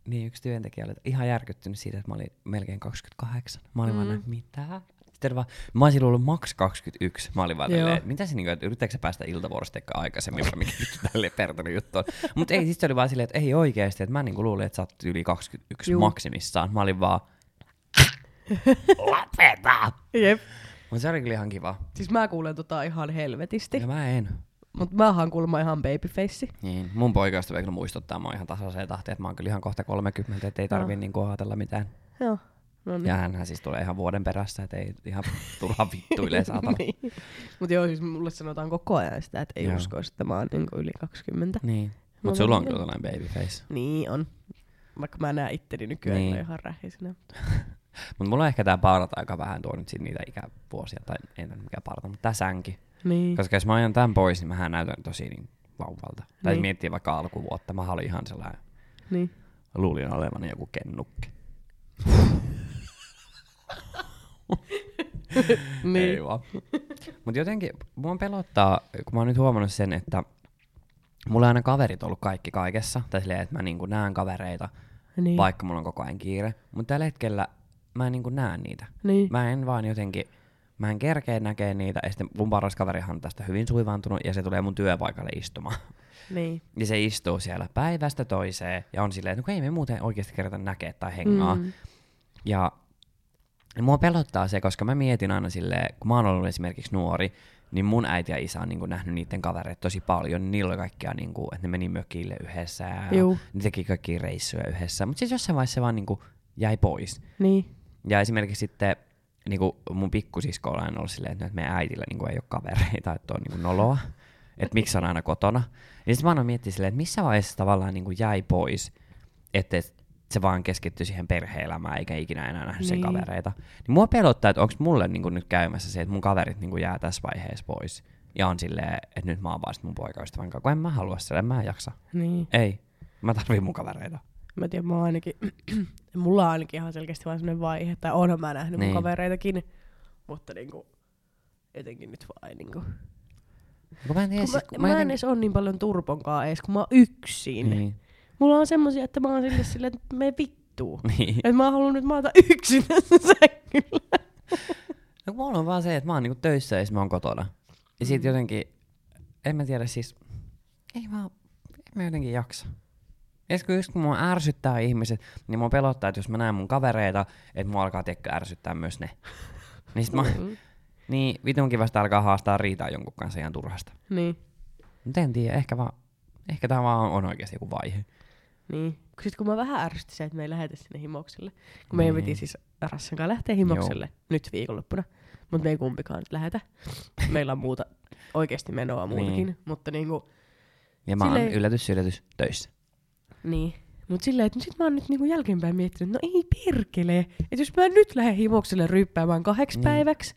niin yksi työntekijä oli ihan järkyttynyt siitä, että mä olin melkein 28. Mä olin mm. vaan näin, mitä? Sitten vaan, mä olisin ollut maks 21. Mä olin vaan Joo. tälleen, että mitä se niinku, että yrittääkö sä päästä iltavuorosta ehkä aikaisemmin, vai mikä vittu tälleen pertoni juttu on. Mut ei, siis se oli vaan silleen, että ei oikeesti, että mä niinku luulin, että sä oot yli 21 Juu. Juu. maksimissaan. Mä olin vaan, lopeta! Jep. Mut se oli kyllä ihan kiva. Siis mä kuulen tota ihan helvetisti. Ja mä en. Mut mä oon kuulemma ihan babyface. Niin, mun poikaista kyllä muistuttaa mua ihan tasaiseen tahtiin, että mä oon kyllä ihan kohta 30, että ei tarvii no. niinku ajatella mitään. Joo. No niin. Ja hänhän siis tulee ihan vuoden perässä, että ei ihan turha vittuilee saatana. niin. niin. Mut joo, siis mulle sanotaan koko ajan sitä, että ei Joo. uskoisi, että mä oon niinku yli 20. niin. No, Mut sulla on niin. kyllä tällainen babyface. Niin on. Vaikka mä näen itteni nykyään Niin. niin. ihan rähisenä. Mut mulla on ehkä tää parta aika vähän tuo nyt sit niitä ikävuosia, tai ei nyt mikä parta, mutta tää sänki. Niin. Koska jos mä ajan tämän pois, niin mähän näytän tosi niin vauvalta. Tai Niin. niin. miettii vaikka alkuvuotta, mä olin ihan sellainen, niin. luulin olevani joku kennukke. niin. Ei vaan. Mut jotenkin mua pelottaa, kun mä oon nyt huomannut sen, että mulla on aina kaverit ollut kaikki kaikessa. Tai silleen, että mä niinku näen kavereita, Niin. vaikka mulla on koko ajan kiire. Mutta tällä hetkellä mä en niinku näe niitä. Niin. Mä en vaan jotenkin, mä en kerkeä näkee niitä. Ja sitten mun paras kaverihan on tästä hyvin suivaantunut ja se tulee mun työpaikalle istumaan. Niin. Ja se istuu siellä päivästä toiseen ja on silleen, että no kun ei me muuten oikeasti kerta näkee tai hengaa. Mm. Ja mua pelottaa se, koska mä mietin aina silleen, kun mä oon ollut esimerkiksi nuori, niin mun äiti ja isä on niin nähnyt niiden kavereita tosi paljon. niin Niillä oli kaikkea, niin kuin, että ne meni mökille yhdessä ja Juu. ne teki kaikkia reissuja yhdessä. Mutta siis jossain vaiheessa se vaan niin kuin, jäi pois. Niin. Ja esimerkiksi sitten niin kuin mun pikkusisko on aina ollut silleen, että meidän äitillä niin kuin, ei ole kavereita, että on niin kuin, noloa. Että miksi on aina kotona. Ja sitten mä aina miettinyt silleen, että missä vaiheessa tavallaan niin kuin, jäi pois, että se vaan keskittyi siihen perhe-elämään eikä ikinä enää nähnyt sen Niin. kavereita. Niin mua pelottaa, että onko mulle niin kuin, nyt käymässä se, että mun kaverit niin kuin, jää tässä vaiheessa pois. Ja on silleen, että nyt mä oon vaan sit mun poikaystävän kanssa, kun en mä halua sitä, en mä en jaksa. Niin. Ei, mä tarviin mun kavereita. Mä tiedän, mä oon ainakin, mulla on ainakin ihan selkeästi vaan sellainen vaihe, että oonhan mä nähnyt niin. Niin. mun kavereitakin, mutta niinku, jotenkin nyt vaan ei niinku. Kun mä en, tiedä, Kun mä, siis, kun mä, en jotenkin- edes ole niin paljon turponkaa ees, kun mä oon yksin. Niin. Niin. Mulla on semmosia, että mä oon sille silleen, että me vittuu. niin. Et mä haluan nyt maata yksin tässä sängyllä. No kun mulla on vaan se, että mä oon niinku töissä ja sit mä oon kotona. Ja sit jotenkin, en mä tiedä siis, ei vaan, en mä jotenkin jaksa. Ja sit kun just kun mua ärsyttää ihmiset, niin mua pelottaa, että jos mä näen mun kavereita, että mua alkaa tiedäkö ärsyttää myös ne. Niin sit mä, Mm. Niin vitun kivasta alkaa haastaa riitaa jonkun kanssa ihan turhasta. Niin. Mut en tiedä, ehkä, vaan, ehkä tämä vaan on oikeasti joku vaihe. Niin. Sitten kun mä vähän ärsytti se, että me ei lähetä sinne himokselle. Kun meidän Niin. piti siis Rassan kanssa lähteä himokselle Joo. nyt viikonloppuna. Mutta me ei kumpikaan nyt lähetä. Meillä on muuta, oikeasti menoa muutakin. Niin. Mutta niinku, Ja mä oon Silleen- yllätys, yllätys töissä. niin. Mut silleen, että sit mä oon nyt niinku jälkeenpäin miettinyt, että no ei perkele. Että jos mä nyt lähden himokselle ryppäämään kahdeksi Niin. niin. päiväksi,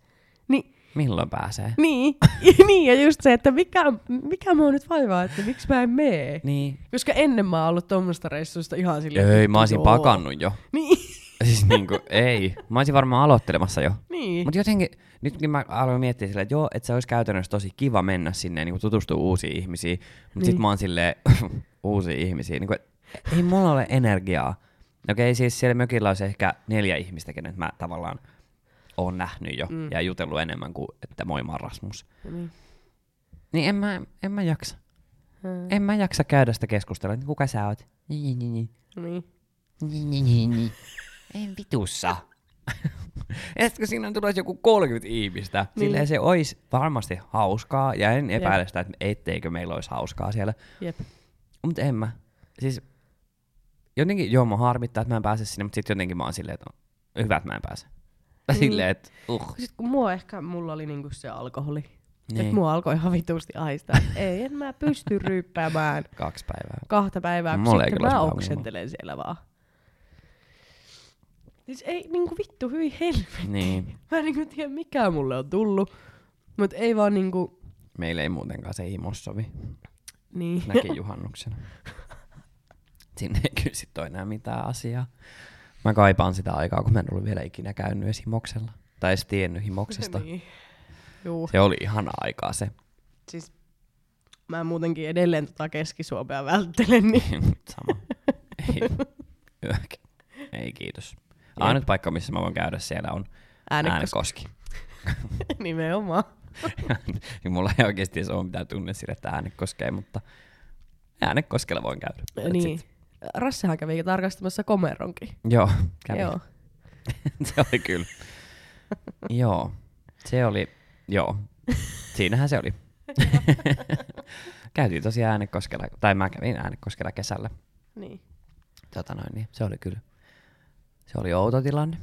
niin Milloin pääsee? Niin, niin, ja just se, että mikä, mikä mua nyt vaivaa, että miksi mä en mee. Niin. Koska ennen mä oon ollut tuommoista reissuista ihan silleen. Ei, että mä olisin joo. pakannut jo. Niin, Siis niinku, ei. Mä olisin varmaan aloittelemassa jo. niin. Mutta jotenkin, nyt kun mä aloin miettiä silleen, että joo, että se olisi käytännössä tosi kiva mennä sinne ja niinku tutustua uusiin ihmisiin. Mutta niin. sit Niin. mä oon silleen, uusiin ihmisiin. Niinku, et ei mulla ole energiaa. Okei, okay, siis siellä mökillä olisi ehkä neljä ihmistä, kenet mä tavallaan oon nähnyt jo mm. Mm. ja jutellut enemmän kuin, että moi mä oon Rasmus. niin. Niin en mä, en mä jaksa. Hmm. En mä jaksa käydä sitä keskustelua, että kuka sä oot. Niin, niin, niin. niin. Niin, niin, niin, niin. En vitussa. Etkö siinä tulisi joku 30 ihmistä? Niin. Niin. Silleen se olisi varmasti hauskaa, ja en epäile Jep. sitä, että etteikö meillä olisi hauskaa siellä. Jep. Mutta en mä. Siis jotenkin, joo, mä harmittaa, että mä en pääse sinne, mutta sitten jotenkin mä oon silleen, että no, hyvä, että mä en pääse. Tai Mm. silleen, että uh. Sitten kun mua ehkä, mulla oli niinku se alkoholi. Niin. Että Niin. mua alkoi ihan vitusti aistaa. että Ei, en mä pysty ryppäämään Kaksi päivää. kahta päivää, kun Mulla ei sitten kyllä mä ole oksentelen siellä vaan. Siis ei niinku vittu, hyi helvetti. Niin. Mä en niinku tiedä, mikä mulle on tullut. Mut ei vaan niinku, Meillä ei muutenkaan se himo sovi. niin. Näki juhannuksena. Sinne ei kyllä sit ole enää mitään asiaa. Mä kaipaan sitä aikaa, kun mä en ollut vielä ikinä käynyt edes himoksella. Tai edes tiennyt himoksesta. niin. Juu, Se oli ihana aikaa se. siis mä muutenkin edelleen tota Keski-Suomea välttelen, niin Sama. Ei. Yökin. Ei kiitos. Ainut paikka, missä mä voin käydä siellä on äänekoski Äänekoski. nimenomaan. niin mulla ei oikeasti edes ole mitään tunne sille, että äänekoskee, mutta äänekoskella voin käydä. That's Niin. it. Rassahan kävi tarkastamassa komeronkin. Joo, kävi. Joo. se oli kyllä. joo, se oli, joo. Siinähän se oli. Käytiin tosiaan äänekoskella, tai mä kävin äänekoskella kesällä. Niin. Tota noin, niin se oli kyllä. Se oli outo tilanne.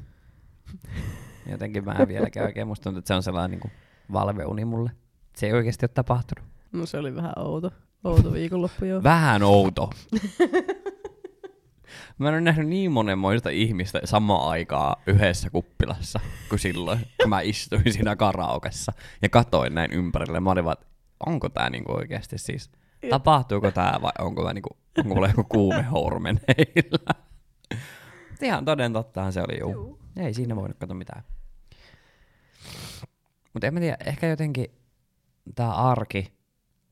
Jotenkin mä en vieläkään oikein, musta tuntuu, että se on sellainen niin valveuni mulle. Se ei oikeasti ole tapahtunut. No se oli vähän outo. Outo viikonloppu joo. Vähän outo. Mä en ole nähnyt niin monenmoista ihmistä samaan aikaan yhdessä kuppilassa kuin silloin, kun mä istuin siinä karaokessa ja katoin näin ympärille. Mä olin vaan, että onko tää niinku oikeasti siis, tapahtuuko tää vai onko, mä niinku, onko mulla joku kuumehouru meneillä? Mut Ihan toden tottahan se oli juu. Ei siinä voinut katsoa mitään. Mutta en mä tiedä, ehkä jotenkin tää arki,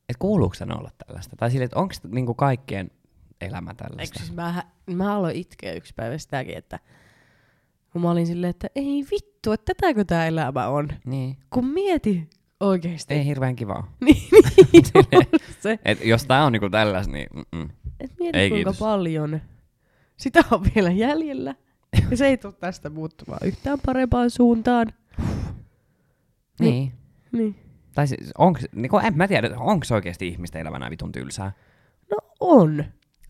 että kuuluuko sen olla tällaista? Tai silleen, että onko niinku kaikkien elämä Eikö tällaista? siis mä, mä aloin itkeä yksi päivä sitäkin, että kun mä olin silleen, että ei vittu, että tätäkö tää elämä on. Niin. Kun mieti oikeesti. Ei hirveän kivaa. Niin, niin Silleen. just se. Et jos tää on niinku tällaista, niin mm-mm. Et mieti Ei ei, kuinka kiitos. kiitos. paljon sitä on vielä jäljellä. Ja se ei tule tästä muuttumaan yhtään parempaan suuntaan. Niin. Niin. Niin. Tai siis, onks, niinku, en mä tiedä, onko oikeasti ihmisten elämä näin vitun tylsää. No on.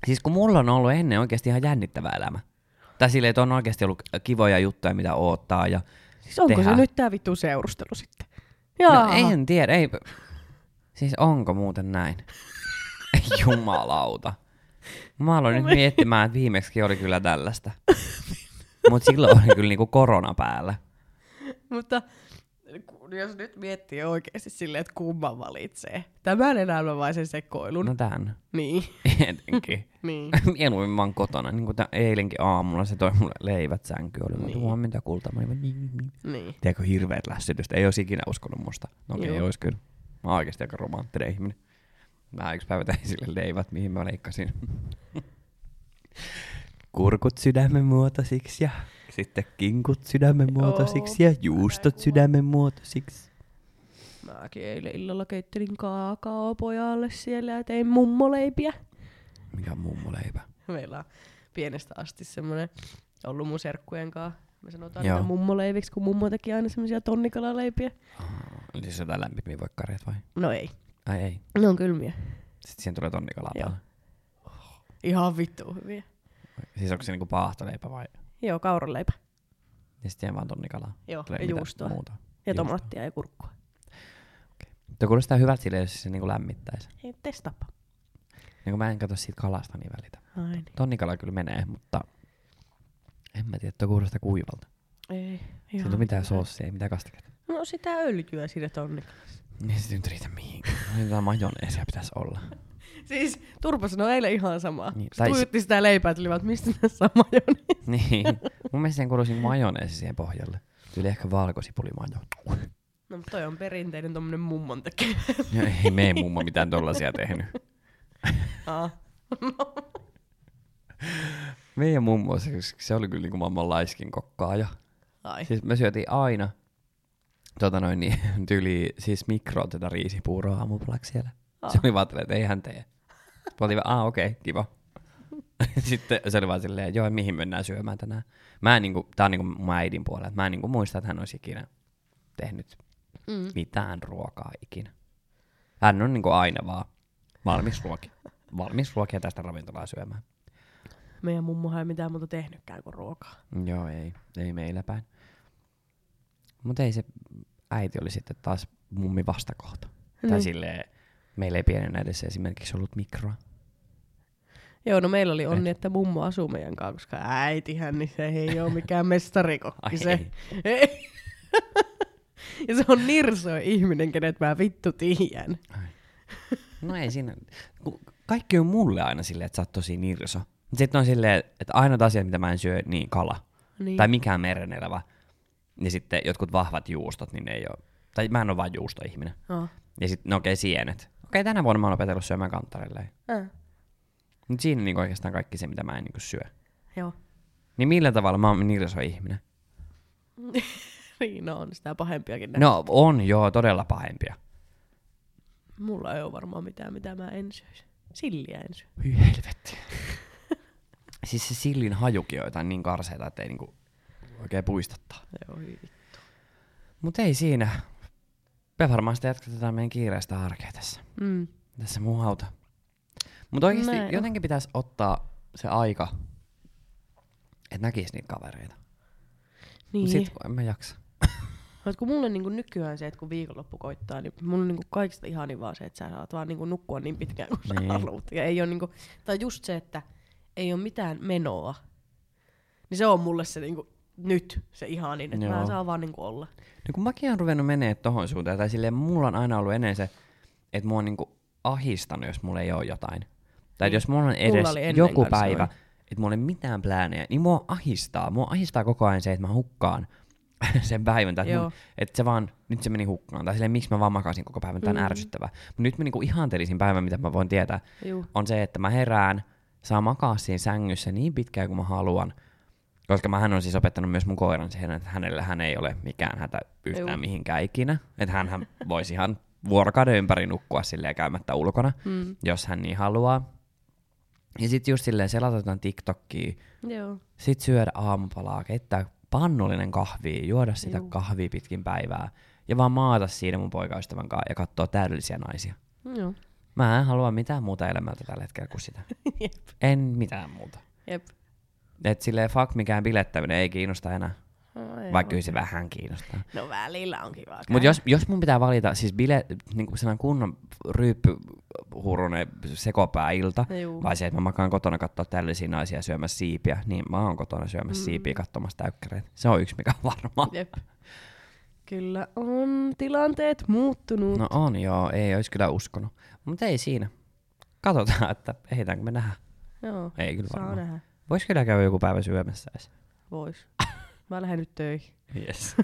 Siis kun mulla on ollut ennen oikeasti ihan jännittävä elämä. Tai silleen, että on oikeasti ollut kivoja juttuja, mitä oottaa. Ja... Siis onko Tehdään. se nyt tää vittu seurustelu sitten? Jaa. No, en tiedä, ei... Siis onko muuten näin? Jumalauta. Mä aloin nyt miettimään, että viimeksi oli kyllä tällaista. Mutta silloin oli kyllä niinku korona päällä. Mutta ku- jos nyt miettii oikeasti silleen, että kumman valitsee. Tämän elämän vai sen sekoilun? No tän. Niin. Tietenkin. Niin. Mieluummin mä oon kotona. Niin kuin tämän eilenkin aamulla se toi mulle leivät sänky. Oli niin. Niin. huomenta kulta. Mä olin, vaan, niin, niin, niin. niin. Tiedätkö, hirveät lässytystä. Ei olisi ikinä uskonut musta. No okei, Joo. ei olisi kyllä. Mä oon oikeasti aika romanttinen ihminen. Mä yksi päivä tein sille leivät, mihin mä leikkasin. Kurkut sydämen muotoisiksi ja sitten kinkut sydämen muotoisiksi ja juustot sydämen muotoisiksi. Mäkin eilen illalla keittelin kaakao pojalle siellä ja tein mummoleipiä. Mikä on mummoleipä? Meillä on pienestä asti semmoinen ollut mun serkkujen kanssa Me sanotaan Joo. niitä mummoleiviksi, kun mummo teki aina semmoisia tonnikalalaipiä. Eli se jotain lämpimiä voikkareita vai? No ei. Ai ei. Ne on kylmiä. Sitten siihen tulee tonnikalaa Joo. päälle. Ihan vittu hyviä. Siis onko se niinku paahtoleipä vai? Joo, kauraleipä. Ja sitten siihen vaan tonnikalaa. Joo, Tulee ja mitään juustoa. Muuta. Ja Juustoa. tomaattia ja kurkkua. Tuo kuulostaa hyvältä sille, jos se niinku lämmittäisi. Hei, testapa. Niin mä en katso siitä kalasta niin välitä. Ai niin. Tonnikala kyllä menee, mutta en mä tiedä, tuo kuulostaa kuivalta. Ei. Siinä ei ihan ole mitään hyvä. soossia, ei mitään kastiketta. No sitä öljyä siinä tonnikalla. Niin se nyt riitä mihinkään. Jotain majoneesia pitäisi olla. Siis Turpa sanoi eilen ihan samaa. Niin, Niin, tai tai... se- Tuijotti sitä leipää, että oli vaan, että mistä tässä on majoneesi. niin. Mun mielestä siihen kuuluisi majoneesi siihen pohjalle. Tyyli ehkä valkosipulimajo. No mutta toi on perinteinen tommonen mummon tekemä. No ei mene mummo mitään tollasia tehnyt. Aa. Meidän mummo, se, se oli kyllä niinku maailman laiskin kokkaaja. Ai. Siis me syötiin aina tota noin, niin, tyyli, siis mikroon tätä riisipuuroa aamupalaksi siellä. Oh. Se Aa. oli vaan tälleen, että ei hän tee. Mä oltiin vaan, aah okei, okay, kiva. Sitten se oli vaan silleen, joo, mihin mennään syömään tänään. Mä en niinku, tää on niinku mun äidin puolella, että mä en niinku muista, että hän olisi ikinä tehnyt Mm. mitään ruokaa ikinä. Hän on niinku aina vaan valmis ruokia. Valmis ruokia tästä ravintolaa syömään. Meidän mummohan ei mitään muuta tehnytkään kuin ruokaa. Joo, ei. Ei meillä päin. Mutta ei se äiti oli sitten taas mummi vastakohta. Mm. Tai Niin. silleen, meillä ei pienenä edes esimerkiksi ollut mikroa. Joo, no meillä Eh. oli onni, että mummo asuu meidän kanssa, koska äitihän, niin se ei ole mikään Ai mestarikokki se. ei. Ei. ja se on nirso ihminen, kenet mä vittu tiedän. No ei siinä. ku- Kaikki on mulle aina silleen, että sä oot tosi nirso. Sitten on silleen, että ainoat asiat, mitä mä en syö, niin kala. Niin. Tai mikään merenelävä. Ja sitten jotkut vahvat juustot, niin ne ei ole. Tai mä en ole vaan juustoihminen. Oh. Ja sitten, no okei, sienet. Okei, tänä vuonna mä oon opetellut syömään kantarelleen. Äh. Mutta siinä on niinku oikeastaan kaikki se, mitä mä en niinku syö. Joo. Niin millä tavalla mä oon nirso ihminen? niin, no on sitä pahempiakin näin. No on joo, todella pahempia. Mulla ei ole varmaan mitään, mitä mä en syöisi. Silliä en syö. Hyi helvetti. siis se sillin hajukin on jotain niin karseita, että ei niinku oikein puistattaa. Joo, hyi. Mut ei siinä. Me varmaan sitten jatketaan meidän kiireistä arkea tässä. Mm. Tässä mun hauta. Mutta oikeesti Näin on. jotenkin pitäisi ottaa se aika, että näkisi niitä kavereita. Niin. Niin. Sit... Sitten en mä jaksa. kun mulle niin nykyään se, että kun viikonloppu koittaa, niin mulla on niin kaikista ihanin vaan se, että sä saat vaan niin nukkua niin pitkään kuin Niin. niin. sä haluat. Ja ei ole niin kuin, tai just se, että ei ole mitään menoa. Niin se on mulle se niin kuin, nyt se ihanin, että Joo. mä saan vaan niin kuin olla. No kun mäkin on ruvennut menee tohon suuntaan, tai silleen mulla on aina ollut ennen se, että mua on niinku ahistanut, jos mulla ei ole jotain. Tai niin. Niin. jos mulla on Mulla edes oli ennen joku kanssa päivä, noin. että mulla ei ole mitään pläänejä, niin mua ahistaa. Mua ahistaa koko ajan se, että mä hukkaan sen päivän. Tai että, Joo. mun, että se vaan, nyt se meni hukkaan. Tai silleen, miksi mä vaan makasin koko päivän, tämä on mm. ärsyttävää. Mut nyt mä niinku ihantelisin päivän, mitä mä voin tietää, Juu. on se, että mä herään, saa makaa siinä sängyssä niin pitkään kuin mä haluan. Koska mähän on siis opettanut myös mun koiran siihen, että hänellä hän ei ole mikään hätä yhtään Juu. mihinkään ikinä. Että hän voisi ihan vuorokauden ympäri nukkua silleen käymättä ulkona, Mm. jos hän niin haluaa. Ja sitten just silleen selata jotain TikTokia, Joo. sit syödä aamupalaa, keittää pannullinen kahvia, juoda sitä Juu. kahvia pitkin päivää. Ja vaan maata siinä mun poikaystävän kanssa ja katsoa täydellisiä naisia. Joo. Mä en halua mitään muuta elämältä tällä hetkellä kuin sitä. Jep. En mitään muuta. Jep. Et silleen fuck mikään bilettäminen ei kiinnosta enää, Ai, vaikka kyllä se vähän kiinnostaa. No välillä on kiva. Mutta jos, jos mun pitää valita, siis bile, niinku sellainen kunnon ryyppyhurunen sekopää ilta, Juu. vai se, että mä makaan kotona katsoa täydellisiä naisia syömässä siipiä, niin mä oon kotona syömässä mm. siipiä katsomassa täykkäreitä. Se on yksi, mikä on varma. Jep. Kyllä on tilanteet muuttunut. No on joo, ei olisi kyllä uskonut. Mutta ei siinä. Katsotaan, että ehditäänkö me nähdä. Joo. Ei kyllä Saa varmaan. nähdä. Voisi kyllä käydä joku päivä syömässä edes. Vois. Mä lähden nyt töihin. Yes.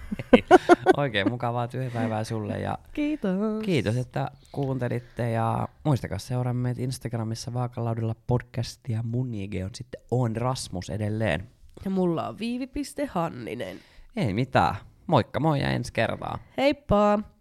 Oikein mukavaa työpäivää sulle ja Kiitos. Kiitos, että kuuntelitte ja muistakaa seuraa meitä Instagramissa vaakalaudella podcastia. Mun IG on sitten on Rasmus edelleen. Ja mulla on viivi.hanninen. Ei mitään. Moikka moi ja ensi kertaa. Heippa!